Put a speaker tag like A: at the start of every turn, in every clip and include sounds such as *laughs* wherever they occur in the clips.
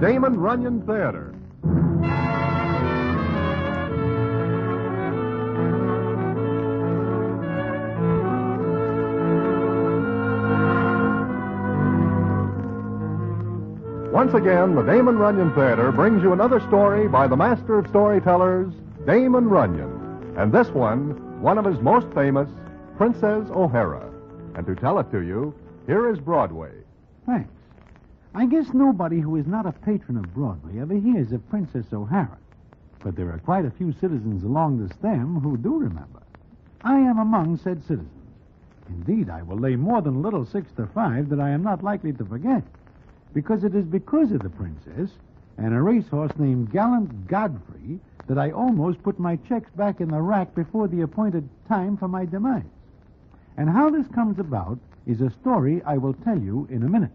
A: Damon Runyon Theater. Once again, the Damon Runyon Theater brings you another story by the master of storytellers, Damon Runyon. And this one, one of his most famous, Princess O'Hara. And to tell it to you, here is Broadway.
B: Thanks. I guess nobody who is not a patron of Broadway ever hears of Princess O'Hara. But there are quite a few citizens along the stem who do remember. I am among said citizens. Indeed, I will lay more than a little six to five that I am not likely to forget. Because it is because of the princess and a racehorse named Gallant Godfrey that I almost put my checks back in the rack before the appointed time for my demise. And how this comes about is a story I will tell you in a minute.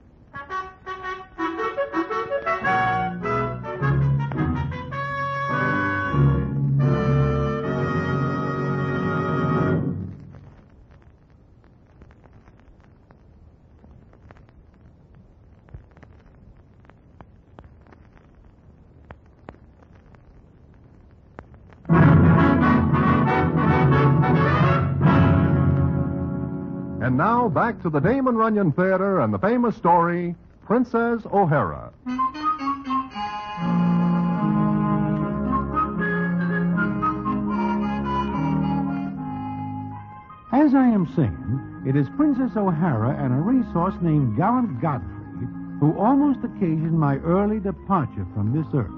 A: And now back to the Damon Runyon Theater and the famous story, Princess O'Hara.
B: As I am saying, it is Princess O'Hara and a racehorse named Gallant Godfrey who almost occasioned my early departure from this earth.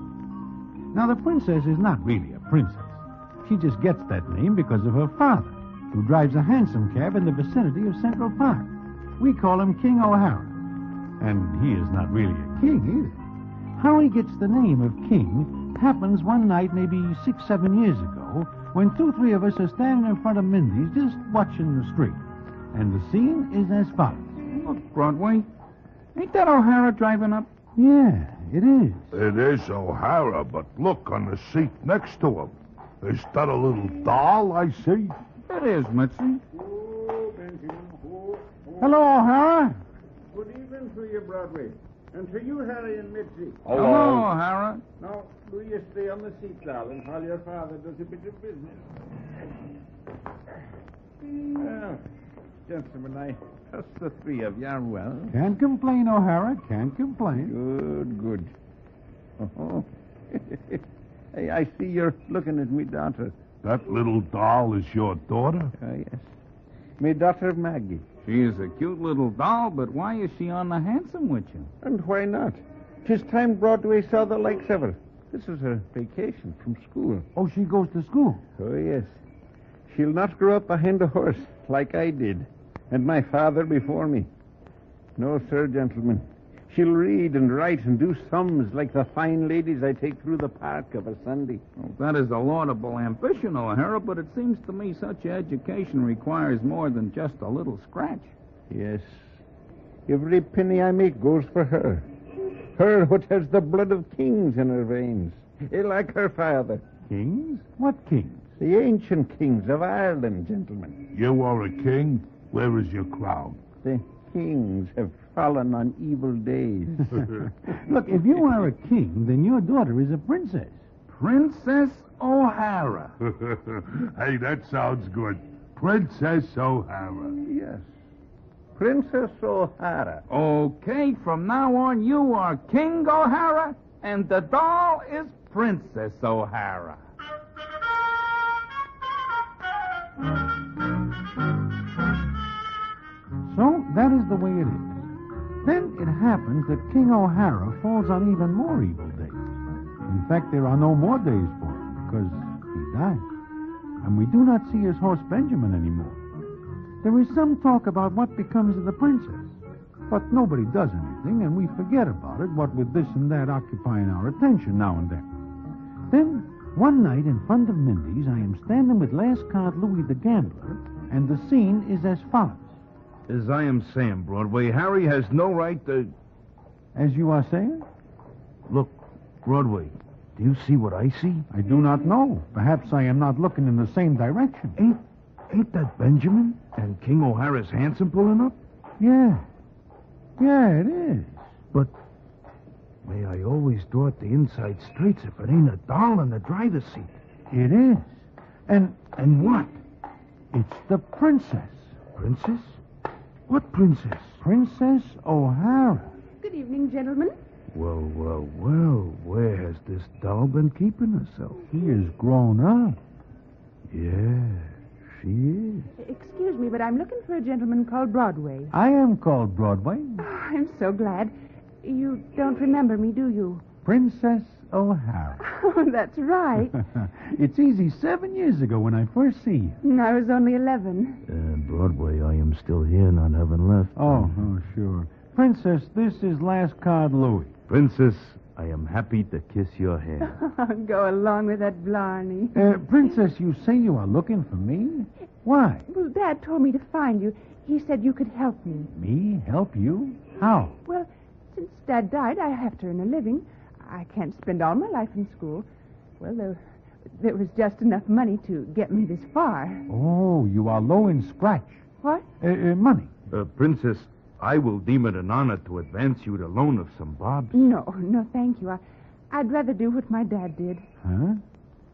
B: Now, the princess is not really a princess. She just gets that name because of her father, who drives a hansom cab in the vicinity of Central Park. We call him King O'Hara. And he is not really a king either. How he gets the name of king happens one night, maybe six, seven years ago, when two, three of us are standing in front of Mindy's just watching the street. And the scene is as follows.
C: Look, Broadway, ain't that O'Hara driving up?
B: Yeah, it is.
D: It is O'Hara, but look on the seat next to him. Is that a little doll I see?
C: It is, Mitzi.
B: Hello, O'Hara.
E: Good evening to you, Broadway. And to you, Harry and Mitzi.
C: Oh, Hello, O'Hara.
E: Now, do you stay on the seat, darling, while your father does a bit of business? Well, gentlemen, I
C: Just the three of you are well.
B: Can't complain, O'Hara. Can't complain.
C: Good, good. *laughs* Oh. hey, I see you're looking at me daughter.
D: That little doll is your daughter?
C: Ah, yes. Me daughter Maggie. She is a cute little doll, but why is she on the handsome with you? And why not? Tis time Broadway saw the likes of her. This is her vacation from school.
B: Oh, she goes to school.
C: Oh, yes. She'll not grow up behind a horse like I did, and my father before me. No, sir, gentlemen. She'll read and write and do sums like the fine ladies I take through the park of a Sunday.
D: Oh,
C: that is a laudable ambition, O'Hara, but it seems to me such education requires more than just a little scratch. Yes. Every penny I make goes for her. Her what has the blood of kings in her veins, eh, like her father.
B: Kings? What kings?
C: The ancient kings of Ireland, gentlemen.
D: You are a king. Where is your crown?
C: The kings have fallen on evil days.
B: Look,
C: *laughs*
B: if you are a king, then your daughter is a princess.
C: Princess *laughs* O'Hara.
D: hey, that sounds good. Princess O'Hara.
C: Yes. Princess O'Hara. Okay, from now on, you are King O'Hara, and the doll is Princess O'Hara.
B: So that is the way it is. Then it happens that King O'Hara falls on even more evil days. In fact, there are no more days for him because he died. And we do not see his horse Benjamin anymore. There is some talk about what becomes of the princess, but nobody does anything, and we forget about it, what with this and that occupying our attention now and then. Then, one night in front of Mindy's, I am standing with last card Louis the Gambler, and the scene is as follows.
F: As I am saying, Broadway, Harry has no right to.
B: As you are saying?
F: Look, Broadway, do you see what I see?
B: I do not know. Perhaps I am not looking in the same direction.
F: Ain't, ain't that Benjamin and King O'Hara's handsome pulling up?
B: Yeah. Yeah, it is.
F: But May I always dart the inside streets if it ain't a doll in the driver's seat.
B: It is.
F: And and what?
B: It's the princess.
F: Princess? What princess?
B: Princess O'Hara.
G: Good evening, gentlemen.
F: Well, well, well, where has this doll been keeping herself?
B: She is grown up.
F: Yeah, she is.
G: Excuse me, but I'm looking for a gentleman called Broadway.
B: I am called Broadway.
G: Oh, I'm so glad. You don't remember me, do you? *laughs*
B: Princess O'Hara.
G: Oh, that's right.
B: *laughs* it's easy seven years ago when I first see you.
G: I was only 11. *laughs*
F: Uh, Broadway, I am still here, not having
C: *laughs*
F: left.
B: Oh,
F: Mm-hmm.
B: oh, sure. Princess, this is last card Louis.
F: Princess, I am happy to kiss your hand.
G: Go along with that blarney.
B: *laughs* Uh, princess, you say you are looking for me? Why?
G: Well, Dad told me to find you. He said you could help me.
B: Me help you? How?
G: Well, since Dad died, I have to earn a living. I can't spend all my life in school. Well, there, there was just enough money to get me this far.
B: Oh, you are low in scratch.
G: What?
B: Uh, uh, money.
F: Uh, Princess, I will deem it an honor to advance you the loan of some bobs.
G: No, no, thank you. I, I'd rather do what my dad did.
B: Huh?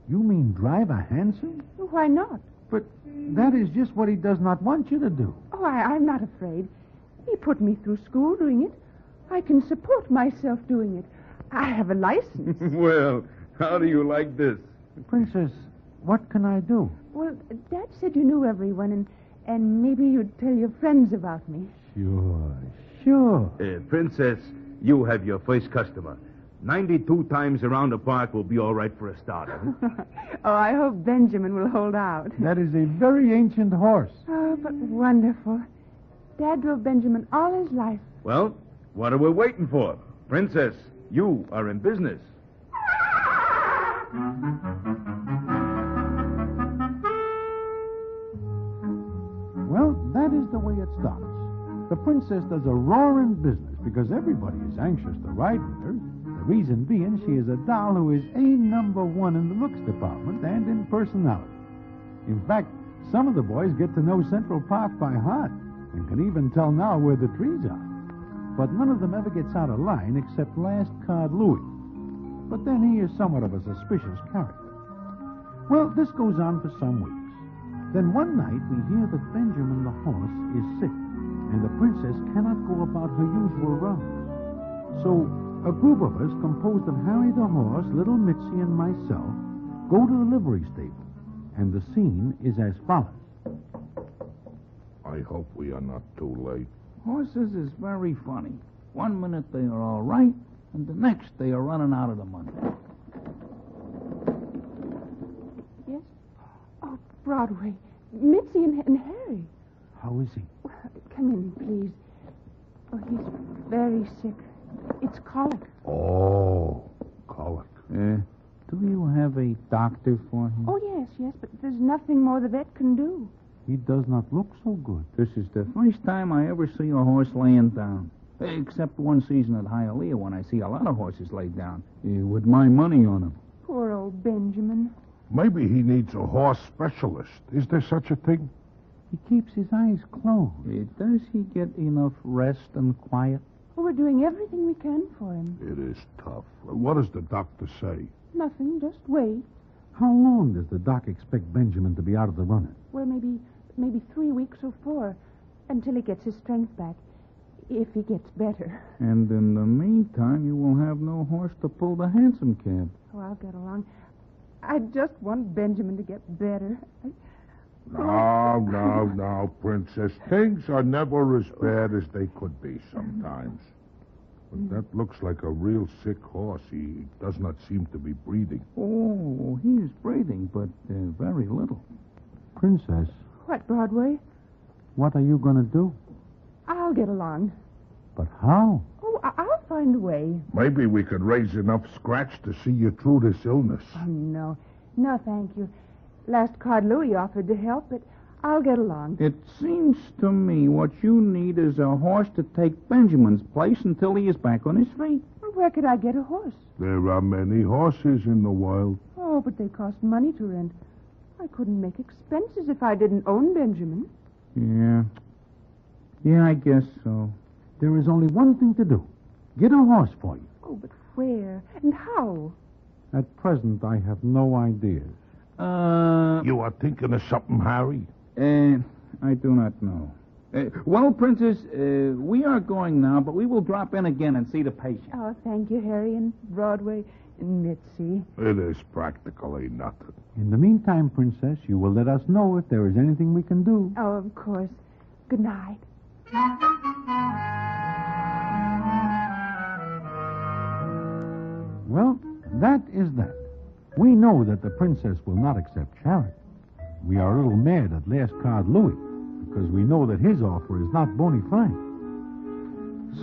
B: You mean drive a hansom?
G: Why not?
B: But that is just what he does not want you to do.
G: Oh, I, I'm not afraid. He put me through school doing it. I can support myself doing it. I have a license. *laughs*
H: well, how do you like this?
B: Princess, what can I do?
G: well, Dad said you knew everyone, and, and maybe you'd tell your friends about me.
B: Sure, sure.
F: Uh, princess, you have your first customer. 92 times around the park will be all right for a starter.
G: oh, I hope Benjamin will hold out.
B: That is a very ancient horse.
G: Oh, but wonderful. Dad drove Benjamin all his life.
F: well, what are we waiting for? Princess, you are in business.
B: Well, that is the way it starts. The princess does a roaring business because everybody is anxious to ride with her. The reason being she is a doll who is a number one in the looks department and in personality. In fact, some of the boys get to know Central Park by heart and can even tell now where the trees are. But none of them ever gets out of line except Last Card Louis. But then he is somewhat of a suspicious character. Well, this goes on for some weeks. Then one night we hear that Benjamin the horse is sick, and the princess cannot go about her usual rounds. So a group of us, composed of Harry the horse, little Mitzi, and myself, go to the livery stable, and the scene is as follows.
C: I hope we are not too late.
I: Horses is very funny. One minute they are all right, and the next they are running out of the money.
G: Yes? Oh, Broadway. Mitzi and, and Harry.
F: How is he?
G: Come in, please. Oh, he's very sick. It's colic.
C: Oh, colic.
I: Uh, do you have a doctor for him?
G: Oh, yes, yes, but there's nothing more the vet can do.
B: He does not look so good.
I: This is the first time I ever see a horse laying down. Except one season at Hialeah when I see a lot of horses laid down. uh, with my money on them.
G: Poor old Benjamin.
C: Maybe he needs a horse specialist. Is there such a thing?
B: He keeps his eyes closed.
I: Eh, does he get enough rest and quiet?
G: Oh, we're doing everything we can for him.
C: It is tough. What does the doctor say?
G: Nothing, just wait.
B: How long does the doc expect Benjamin to be out of the running?
G: Well, maybe, maybe three weeks or four until he gets his strength back. If he gets better.
I: And in the meantime, you will have no horse to pull the hansom cab.
G: Oh, I'll get along. I just want Benjamin to get better. I,
C: No, no, no, Princess. Things are never as bad as they could be sometimes. But that looks like a real sick horse. He does not seem to be breathing.
I: Oh, he is breathing, but uh, very little.
B: Princess,
G: what, Broadway?
B: what are you going to do?
G: I'll get along.
B: But how?
G: Oh, I- I'll find a way.
C: Maybe we could raise enough scratch to see you through this illness.
G: Oh, no. No, thank you. Last card Louis offered to help, but I'll get along.
I: It seems to me what you need is a horse to take Benjamin's place until he is back on his feet.
G: Where could I get a horse?
C: There are many horses in the wild.
G: Oh, but they cost money to rent. I couldn't make expenses if I didn't own Benjamin.
I: Yeah. Yeah, I guess so.
B: There is only one thing to do. Get a horse for you.
G: Oh, but where and how?
B: At present, I have no ideas.
I: Uh,
C: You are thinking of something, Harry?
I: uh, I do not know. Uh, well, Princess, uh, we are going now, but we will drop in again and see the patient.
G: Oh, thank you, Harry, and Broadway, and Mitzi.
C: It is practically nothing.
B: In the meantime, Princess, you will let us know if there is anything we can do.
G: Oh, of course. Good night.
B: Well, that is that. We know that the princess will not accept charity. We are a little mad at Last Card Louis because we know that his offer is not bona fide.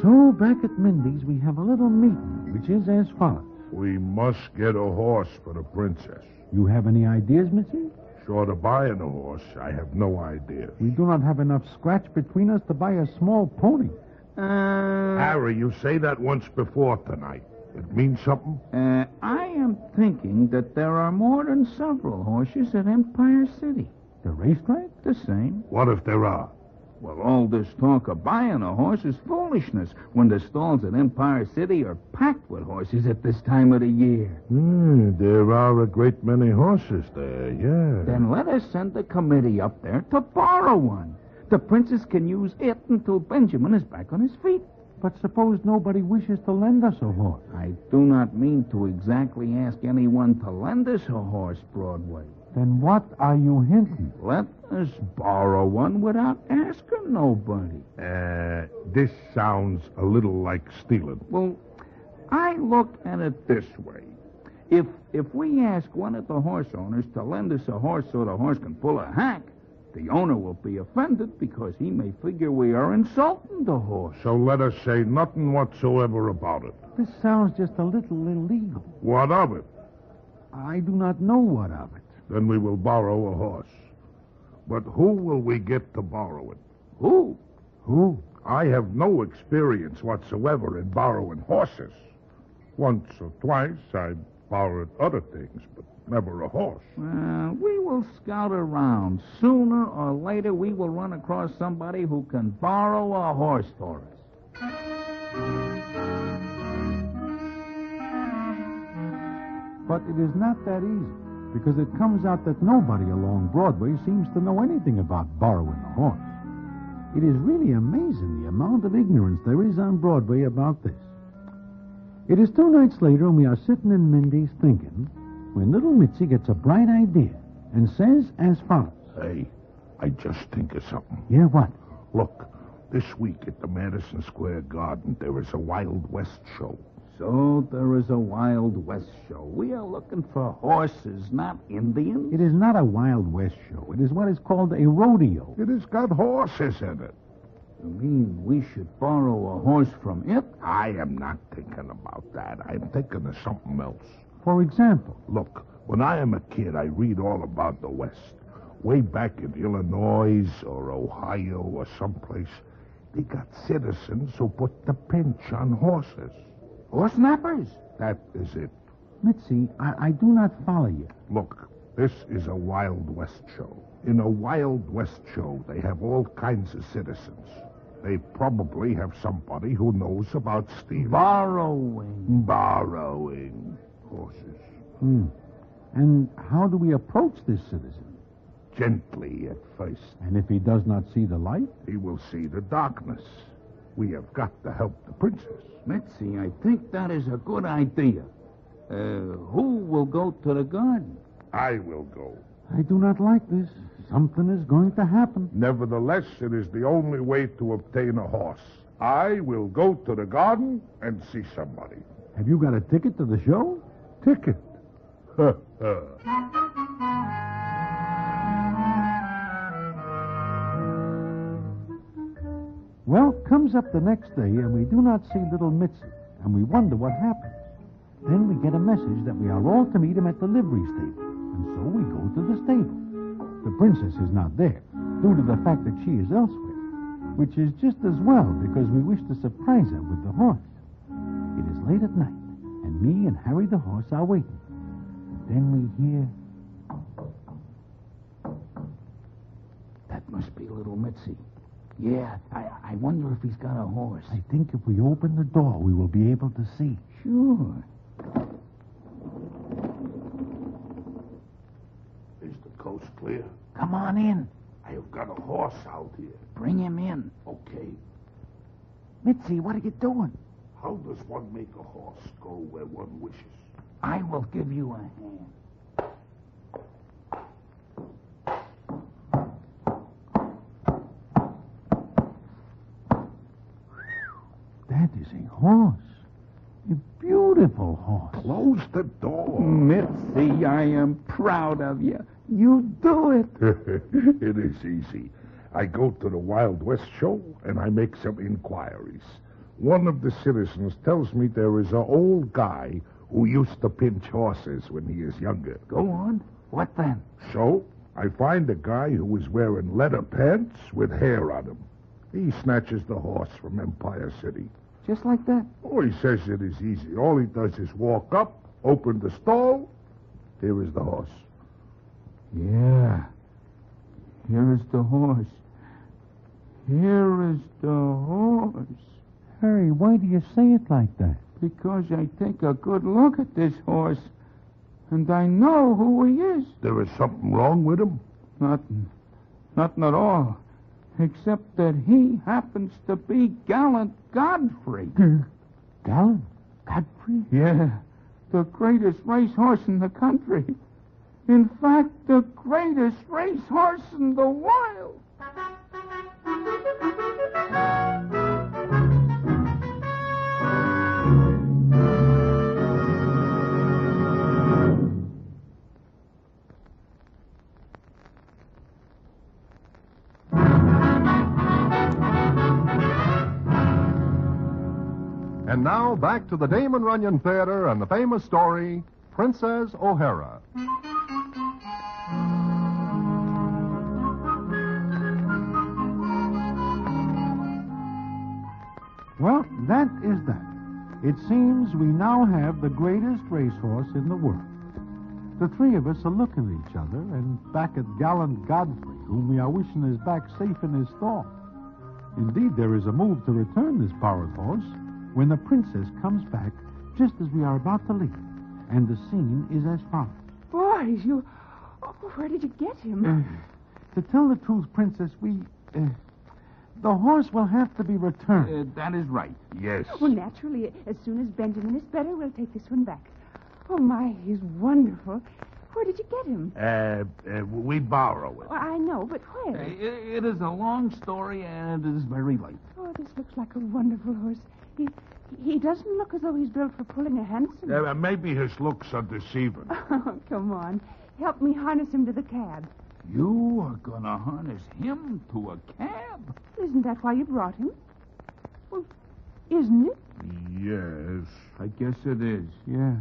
B: So back at Mindy's, we have a little meeting, which is as follows.
C: We must get a horse for the princess.
B: You have any ideas, Mitzi?
C: Short of buying a horse, I have no idea.
B: We do not have enough scratch between us to buy a small pony.
I: Uh,
C: Harry, you say that once before tonight. It means something?
I: uh, I am thinking that there are more than several horses at Empire City.
B: The racetrack?
I: The same.
C: What if there are?
I: Well, all this talk of buying a horse is foolishness when the stalls at Empire City are packed with horses at this time of the year.
C: Hmm, there are a great many horses there, yeah.
I: Then let us send the committee up there to borrow one. The princess can use it until Benjamin is back on his feet.
B: But suppose nobody wishes to lend us a horse.
I: I do not mean to exactly ask anyone to lend us a horse, Broadway.
B: Then what are you hinting?
I: Let us borrow one without asking nobody.
C: Uh, this sounds a little like stealing.
I: Well, I look at it this way. If if we ask one of the horse owners to lend us a horse so the horse can pull a hack, the owner will be offended because he may figure we are insulting the horse.
C: So let us say nothing whatsoever about it.
B: This sounds just a little illegal.
C: What of it?
B: I do not know what of it.
C: Then we will borrow a horse. But who will we get to borrow it?
I: Who?
C: Who? I have no experience whatsoever in borrowing horses. Once or twice I borrowed other things, but never a horse.
I: Well, Uh, we will scout around. Sooner or later, we will run across somebody who can borrow a horse for us.
B: But it is not that easy, because it comes out that nobody along Broadway seems to know anything about borrowing a horse. It is really amazing the amount of ignorance there is on Broadway about this. It is two nights later, and we are sitting in Mindy's thinking, when little Mitzi gets a bright idea and says as follows.
C: Hey, I just think of something.
B: Yeah, what?
C: Look, this week at the Madison Square Garden, there is a Wild West show.
I: So there is a Wild West show. We are looking for horses, not Indians.
B: It is not a Wild West show. It is what is called a rodeo.
C: It has got horses in it.
I: You mean we should borrow a horse from it?
C: I am not thinking about that. I'm thinking of something else.
B: For example,
C: Look, when I am a kid, I read all about the West. Way back in Illinois or Ohio or someplace, they got citizens who put the pinch on horses.
I: Horse snappers.
C: That is it.
B: Mitzi, I, I do not follow you.
C: Look, this is a Wild West show. In a Wild West show, they have all kinds of citizens. They probably have somebody who knows about stealing.
I: Borrowing.
C: borrowing horses.
B: Hmm. And how do we approach this citizen?
C: Gently at first.
B: And if he does not see the light?
C: He will see the darkness. We have got to help the princess.
I: Mitzi, I think that is a good idea. Uh, who will go to the garden?
C: I will go.
B: I do not like this. Something is going to happen.
C: Nevertheless, it is the only way to obtain a horse. I will go to the garden and see somebody. *laughs*
B: Have you got a ticket to the show?
C: Ticket.
B: Well, comes up the next day, and we do not see little Mitzi, and we wonder what happened. Then we get a message that we are all to meet him at the livery stable, and so we go to the stable. The princess is not there, due to the fact that she is elsewhere, which is just as well because we wish to surprise her with the horse. It is late at night, and me and Harry the horse are waiting. Then we hear
I: That must be little Mitzi. Yeah, I, I wonder if he's got a horse.
B: I think if we open the door, we will be able to see.
I: Sure.
E: Is the coast clear?
I: Come on in.
E: I have got a horse out here.
I: Bring him in.
E: Okay.
I: Mitzi, what are you doing?
E: How does one make a horse go where one wishes?
I: I will give you a hand.
B: That is a horse. A beautiful horse.
E: Close the
C: *laughs*
E: door.
I: Mitzi, I am proud of you. You do it.
C: it is easy. I go to the Wild West show and I make some inquiries. One of the citizens tells me there is an old guy who used to pinch horses when he is younger.
I: Go on. What then?
C: So I find a guy who is wearing leather pants with hair on him. He snatches the horse from Empire City.
I: Just like that?
C: Oh, he says it is easy. All he does is walk up, open the stall. Here is the horse.
I: Yeah. Here is the horse. Here is the horse.
B: Harry, why do you say it like that?
I: Because I take a good look at this horse, and I know who he is.
C: There is something wrong with him?
I: Nothing. Nothing at all. Except that he happens to be Gallant Godfrey.
B: Gallant? Godfrey?
I: yeah. The greatest racehorse in the country. In fact, the greatest racehorse in the wild.
A: And now back to the Damon Runyon Theater and the famous story, Princess O'Hara.
B: Well, that is that. It seems we now have the greatest racehorse in the world. The three of us are looking at each other and back at gallant Godfrey, whom we are wishing is back safe in his stall. Indeed, there is a move to return this borrowed horse when the princess comes back just as we are about to leave, and the scene is as follows.
G: Boys, you. Oh, where did you get him?
B: Uh, to tell the truth, Princess, we. Uh, the horse will have to be returned.
I: Uh, that is right.
C: Yes.
G: Well, naturally, as soon as Benjamin is better, we'll take this one back. Oh, my, he's wonderful. Where did you get him?
E: Uh, uh, we borrow it.
G: Oh, I know, but where?
I: It, it is a long story, and it is very late.
G: Oh, this looks like a wonderful horse. He he doesn't look as though he's built for pulling a hansom.
C: Uh, maybe his looks are deceiving.
G: Oh, come on. Help me harness him to the cab.
I: You are going to harness him to a cab?
G: Isn't that why you brought him? Well, isn't it?
C: Yes.
I: I guess it is.
B: Yeah,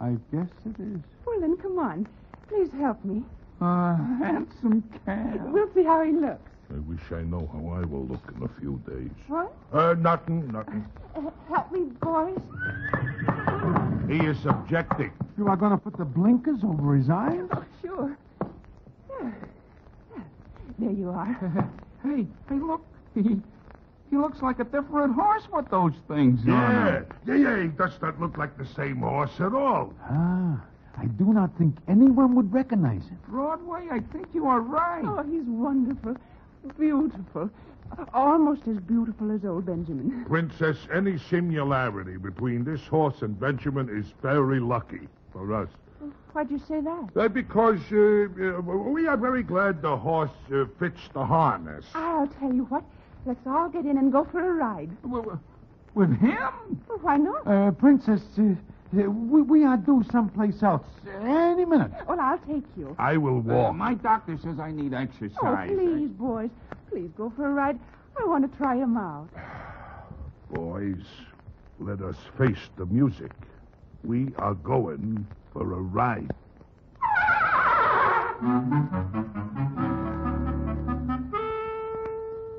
B: I guess it is.
G: Well, then, come on. Please help me.
I: A handsome cab.
G: We'll see how he looks.
C: I wish I know how I will look in a few days.
G: What?
C: Uh, nothing, nothing.
G: Uh, help me, boys.
C: He is subjecting.
B: You are going to put the blinkers over his eyes?
G: Oh, sure. There. There you are.
I: *laughs* Hey, hey, look. He, he looks like a different horse with those things on
C: Yeah,
I: him.
C: yeah, yeah. He does not look like the same horse at all.
B: Ah, I do not think anyone would recognize him.
I: Broadway, I think you are right.
G: Oh, he's wonderful. Beautiful. Almost as beautiful as old Benjamin.
C: Princess, any similarity between this horse and Benjamin is very lucky for us.
G: Why'd you say that?
C: Uh, because uh, uh, we are very glad the horse uh, fits the harness.
G: I'll tell you what. Let's all get in and go for a ride.
I: W- w- With him?
G: Well, why not?
B: Uh, Princess, uh, uh, we, we are due someplace else uh, any minute.
G: Well, I'll take you.
C: I will
I: Uh,
C: walk.
I: my doctor says I need exercise.
G: Oh, please, boys. Please go for a ride. I want to try him out.
C: Boys, let us face the music. We are going for a ride.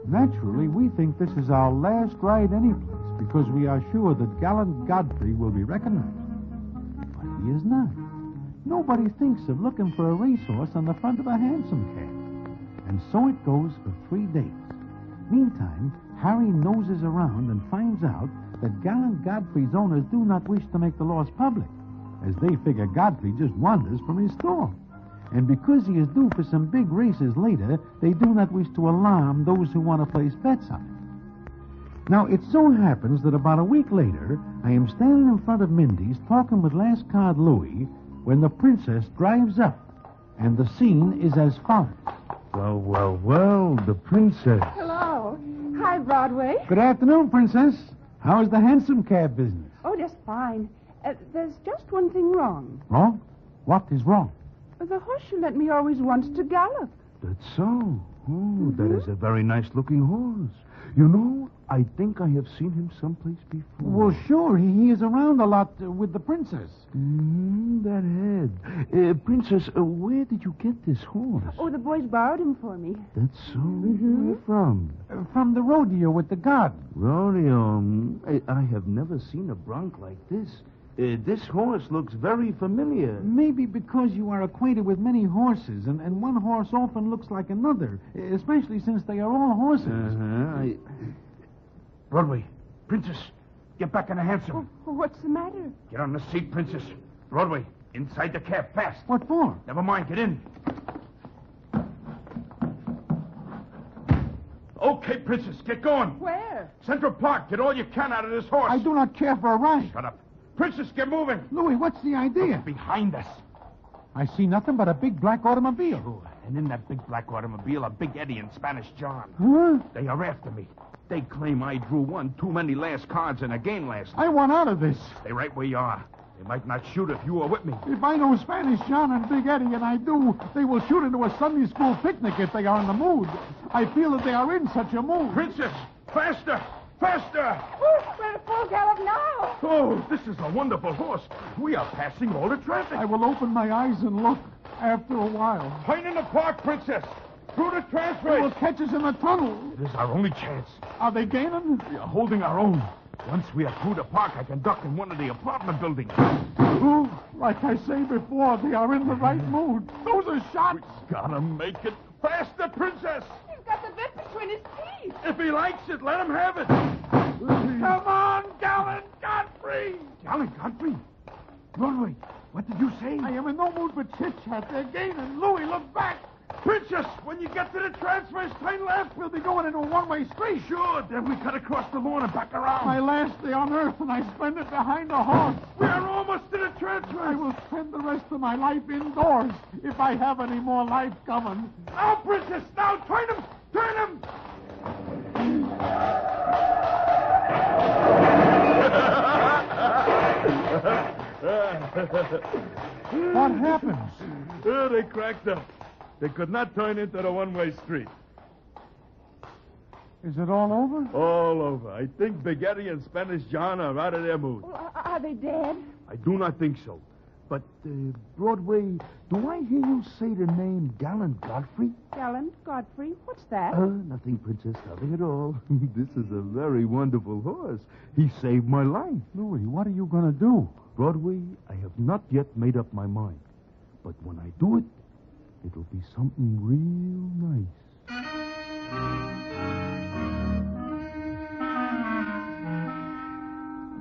B: Naturally, we think this is our last ride anyplace because we are sure that gallant Godfrey will be recognized. But he is not. Nobody thinks of looking for a racehorse on the front of a hansom cab. And so it goes for three days. Meantime, Harry noses around and finds out that gallant Godfrey's owners do not wish to make the loss public, as they figure Godfrey just wanders from his stall. And because he is due for some big races later, they do not wish to alarm those who want to place bets on him. Now, it so happens that about a week later, I am standing in front of Mindy's talking with Last Card Louie when the princess drives up, and the scene is as follows.
F: Well, well, well, the princess.
G: Hello. Hi, Broadway.
B: Good afternoon, Princess. How's the hansom cab business?
G: Oh, just fine. Uh, there's just one thing wrong.
B: Wrong? What is wrong?
G: The horse you lent me always wants to gallop.
F: That's so. Oh,
B: Mm-hmm.
F: that is a very nice looking horse. You know, I think I have seen him someplace before.
B: Well, sure, he, he is around a lot uh, with the princess.
F: Mm, that head. Uh, princess, uh, where did you get this horse?
G: Oh, the boys borrowed him for me.
F: That's so. Where from?
B: Uh, From the rodeo with the guard.
F: Rodeo. mm, I, I have never seen a bronc like this. Uh, this horse looks very familiar.
B: Maybe because you are acquainted with many horses, and, and one horse often looks like another, especially since they are all horses.
F: Uh-huh. I...
E: Broadway, Princess, get back in the hansom.
G: What's the matter?
E: Get on the seat, Princess. Broadway, inside the cab, fast.
B: What for?
E: Never mind, get in. Okay, Princess, get going.
G: Where?
E: Central Park, get all you can out of this horse.
B: I do not care for a ride.
E: Shut up. Princess, get moving.
B: Louis, what's the idea?
E: Behind us.
B: I see nothing but a big black automobile.
E: Oh, and in that big black automobile, a big Eddie and Spanish John.
B: Huh?
E: They are after me. They claim I drew one too many last cards in a game last night.
B: I want out of this.
E: Stay right where you are. They might not shoot if you are with me.
B: If I know Spanish John and Big Eddie, and I do, they will shoot into a Sunday school picnic if they are in the mood. I feel that they are in such a mood.
E: Princess, faster! Faster!
G: Oh, we're at full gallop now.
E: Oh, this is a wonderful horse. We are passing all the traffic.
B: I will open my eyes and look after a while.
E: Pine in the park, Princess. Through the
B: They will
E: transfer.
B: catch us in the tunnel.
E: It is our only chance.
B: Are they gaining?
E: We are holding our own. Once we are through the park, I can duck in one of the apartment buildings. Ooh,
B: Like I say before, they are in the right mood. Those are shots.
E: Mm-hmm. gotta make it faster, Princess.
G: He's got the bit between his teeth.
E: If he likes it, let him have it. Come on, Gallant Godfrey. Gallant Godfrey? Broadway, what did you say?
B: I am in no mood for chit chat. They're gaining. Louis, look back.
E: Princess, when you get to the transverse, turn left.
B: We'll be going into a one-way street.
E: Sure, then we cut across the lawn and back around.
B: My last day on earth, and I spend it behind a horse.
E: We are almost to the transverse.
B: I will spend the rest of my life indoors if I have any more life coming.
E: Now, Princess, now turn him, turn him.
B: What happens?
F: Oh, they cracked up. They could not turn into the one way street.
B: Is it all over?
F: All over. I think Big Eddie and Spanish John are out of their mood.
G: Well, are- are they dead?
F: I do not think so. But, uh, Broadway, do I hear you say the name Gallant Godfrey?
G: Gallant Godfrey, what's that?
F: Uh, nothing, Princess, nothing at all. *laughs* this is a very wonderful horse. He saved my life.
B: Louis, what are you going to do?
F: Broadway, I have not yet made up my mind. But when I do it, it'll be something real nice.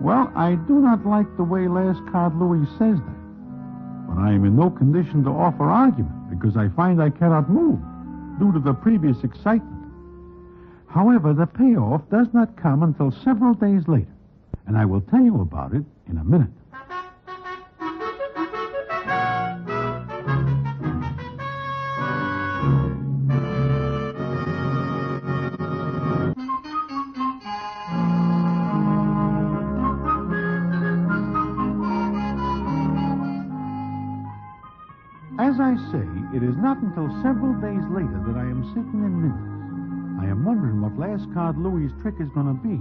B: Well, I do not like the way Last Card Louis says that. But I am in no condition to offer argument because I find I cannot move due to the previous excitement. However, the payoff does not come until several days later, and I will tell you about it in a minute. As I say, it is not until several days later that I am sitting in Minnie's. I am wondering what last card Louie's trick is going to be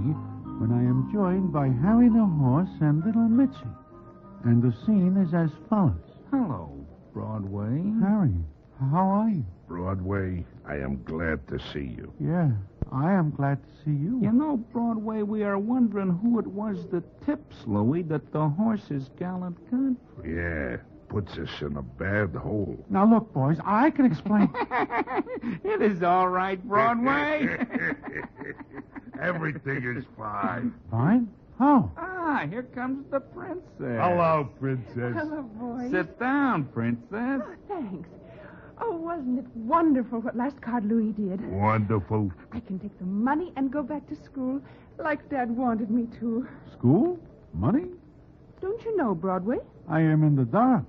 B: when I am joined by Harry the Horse and little Mitzi. And the scene is as follows.
I: Hello, Broadway.
B: Harry, how are you?
C: Broadway, I am glad to see you.
B: Yeah, I am glad to see you.
I: You know, Broadway, we are wondering who it was that tips Louis that the horse is gallant Godfrey.
C: Yeah,
E: puts us in a bad hole.
B: Now, look, boys, I can
I: *laughs*
B: explain.
I: It is all right, Broadway.
E: Everything is fine.
B: Fine? How?
I: ah, here comes the princess.
E: Hello, Princess.
G: Hello, boys.
I: Sit down, princess.
G: Oh, thanks. Oh, wasn't it wonderful what last card Louis did?
E: Wonderful.
G: I can take the money and go back to school like Dad wanted me to.
B: School? Money?
G: Don't you know, Broadway? *laughs*
B: I am in the dark.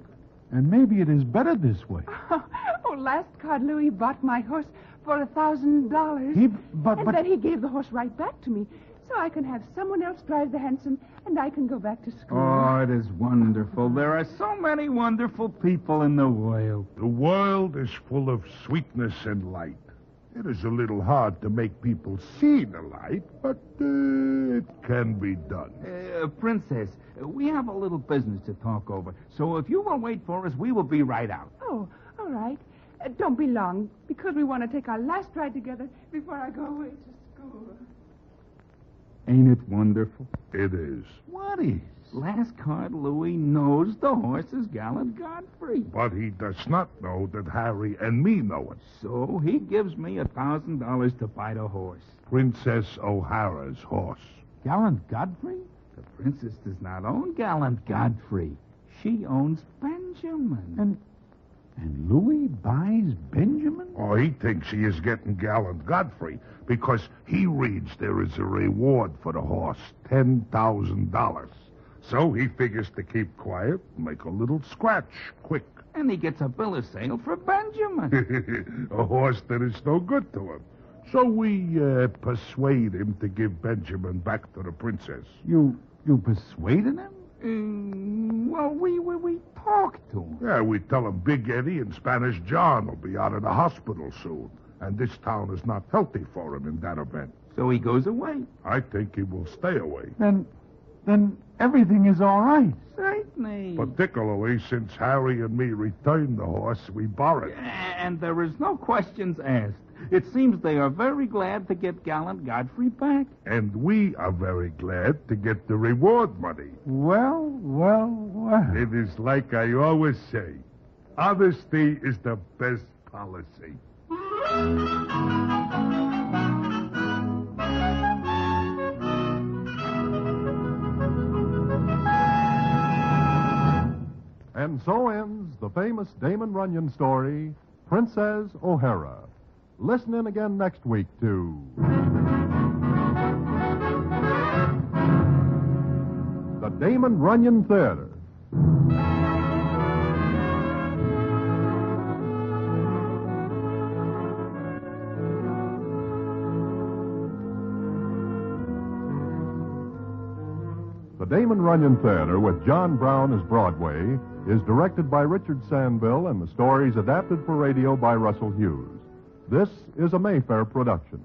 B: And maybe it is better this way.
G: Oh, last card Louis bought my horse for a thousand dollars.
B: He, but,
G: And
B: but,
G: then he gave the horse right back to me, so I can have someone else drive the hansom, and I can go back to school.
I: *laughs* Oh, it is wonderful. There are so many wonderful people in the world.
E: The world is full of sweetness and light. It is a little hard to make people see the light, but uh, it can be done.
I: Uh, princess, uh, we have a little business to talk over. So if you will wait for us, we will be right out.
G: Oh, all right. Uh, don't be long, because we want to take our last ride together before I go away to school.
I: Ain't it wonderful?
E: It is.
I: What is? Last card Louis knows the horse is gallant Godfrey.
E: But he does not know that Harry and me know it.
I: So he gives me a thousand dollars to buy the horse.
E: Princess O'Hara's horse.
B: gallant Godfrey?
I: The princess does not own gallant Godfrey. She owns Benjamin.
B: And, and Louis buys Benjamin?
E: Oh, he thinks he is getting gallant Godfrey because he reads there is a reward for the horse, $10,000. So he figures to keep quiet, make a little scratch quick.
I: And he gets a bill of sale for Benjamin.
E: *laughs* a horse that is no good to him. So we uh, persuade him to give Benjamin back to the princess.
B: You, you persuaded him?
I: Mm, well, we, we, we talked to him.
E: Yeah, we tell him Big Eddie and Spanish John will be out of the hospital soon, and this town is not healthy for him in that event.
I: So he goes away.
E: I think he will stay away.
B: Then, then everything is all right.
I: Certainly.
E: Particularly since Harry and me returned the horse we borrowed.
I: And there is no questions asked. It seems they are very glad to get gallant Godfrey back.
E: And we are very glad to get the reward money.
B: Well, well, well.
E: It is like I always say honesty is the best policy.
C: And so ends the famous Damon Runyon story, Princess O'Hara. Listen in again next week to. The Damon Runyon Theater. The Damon Runyon Theater with John Brown as Broadway is directed by Richard Sandville and the stories adapted for radio by Russell Hughes. This is a Mayfair production.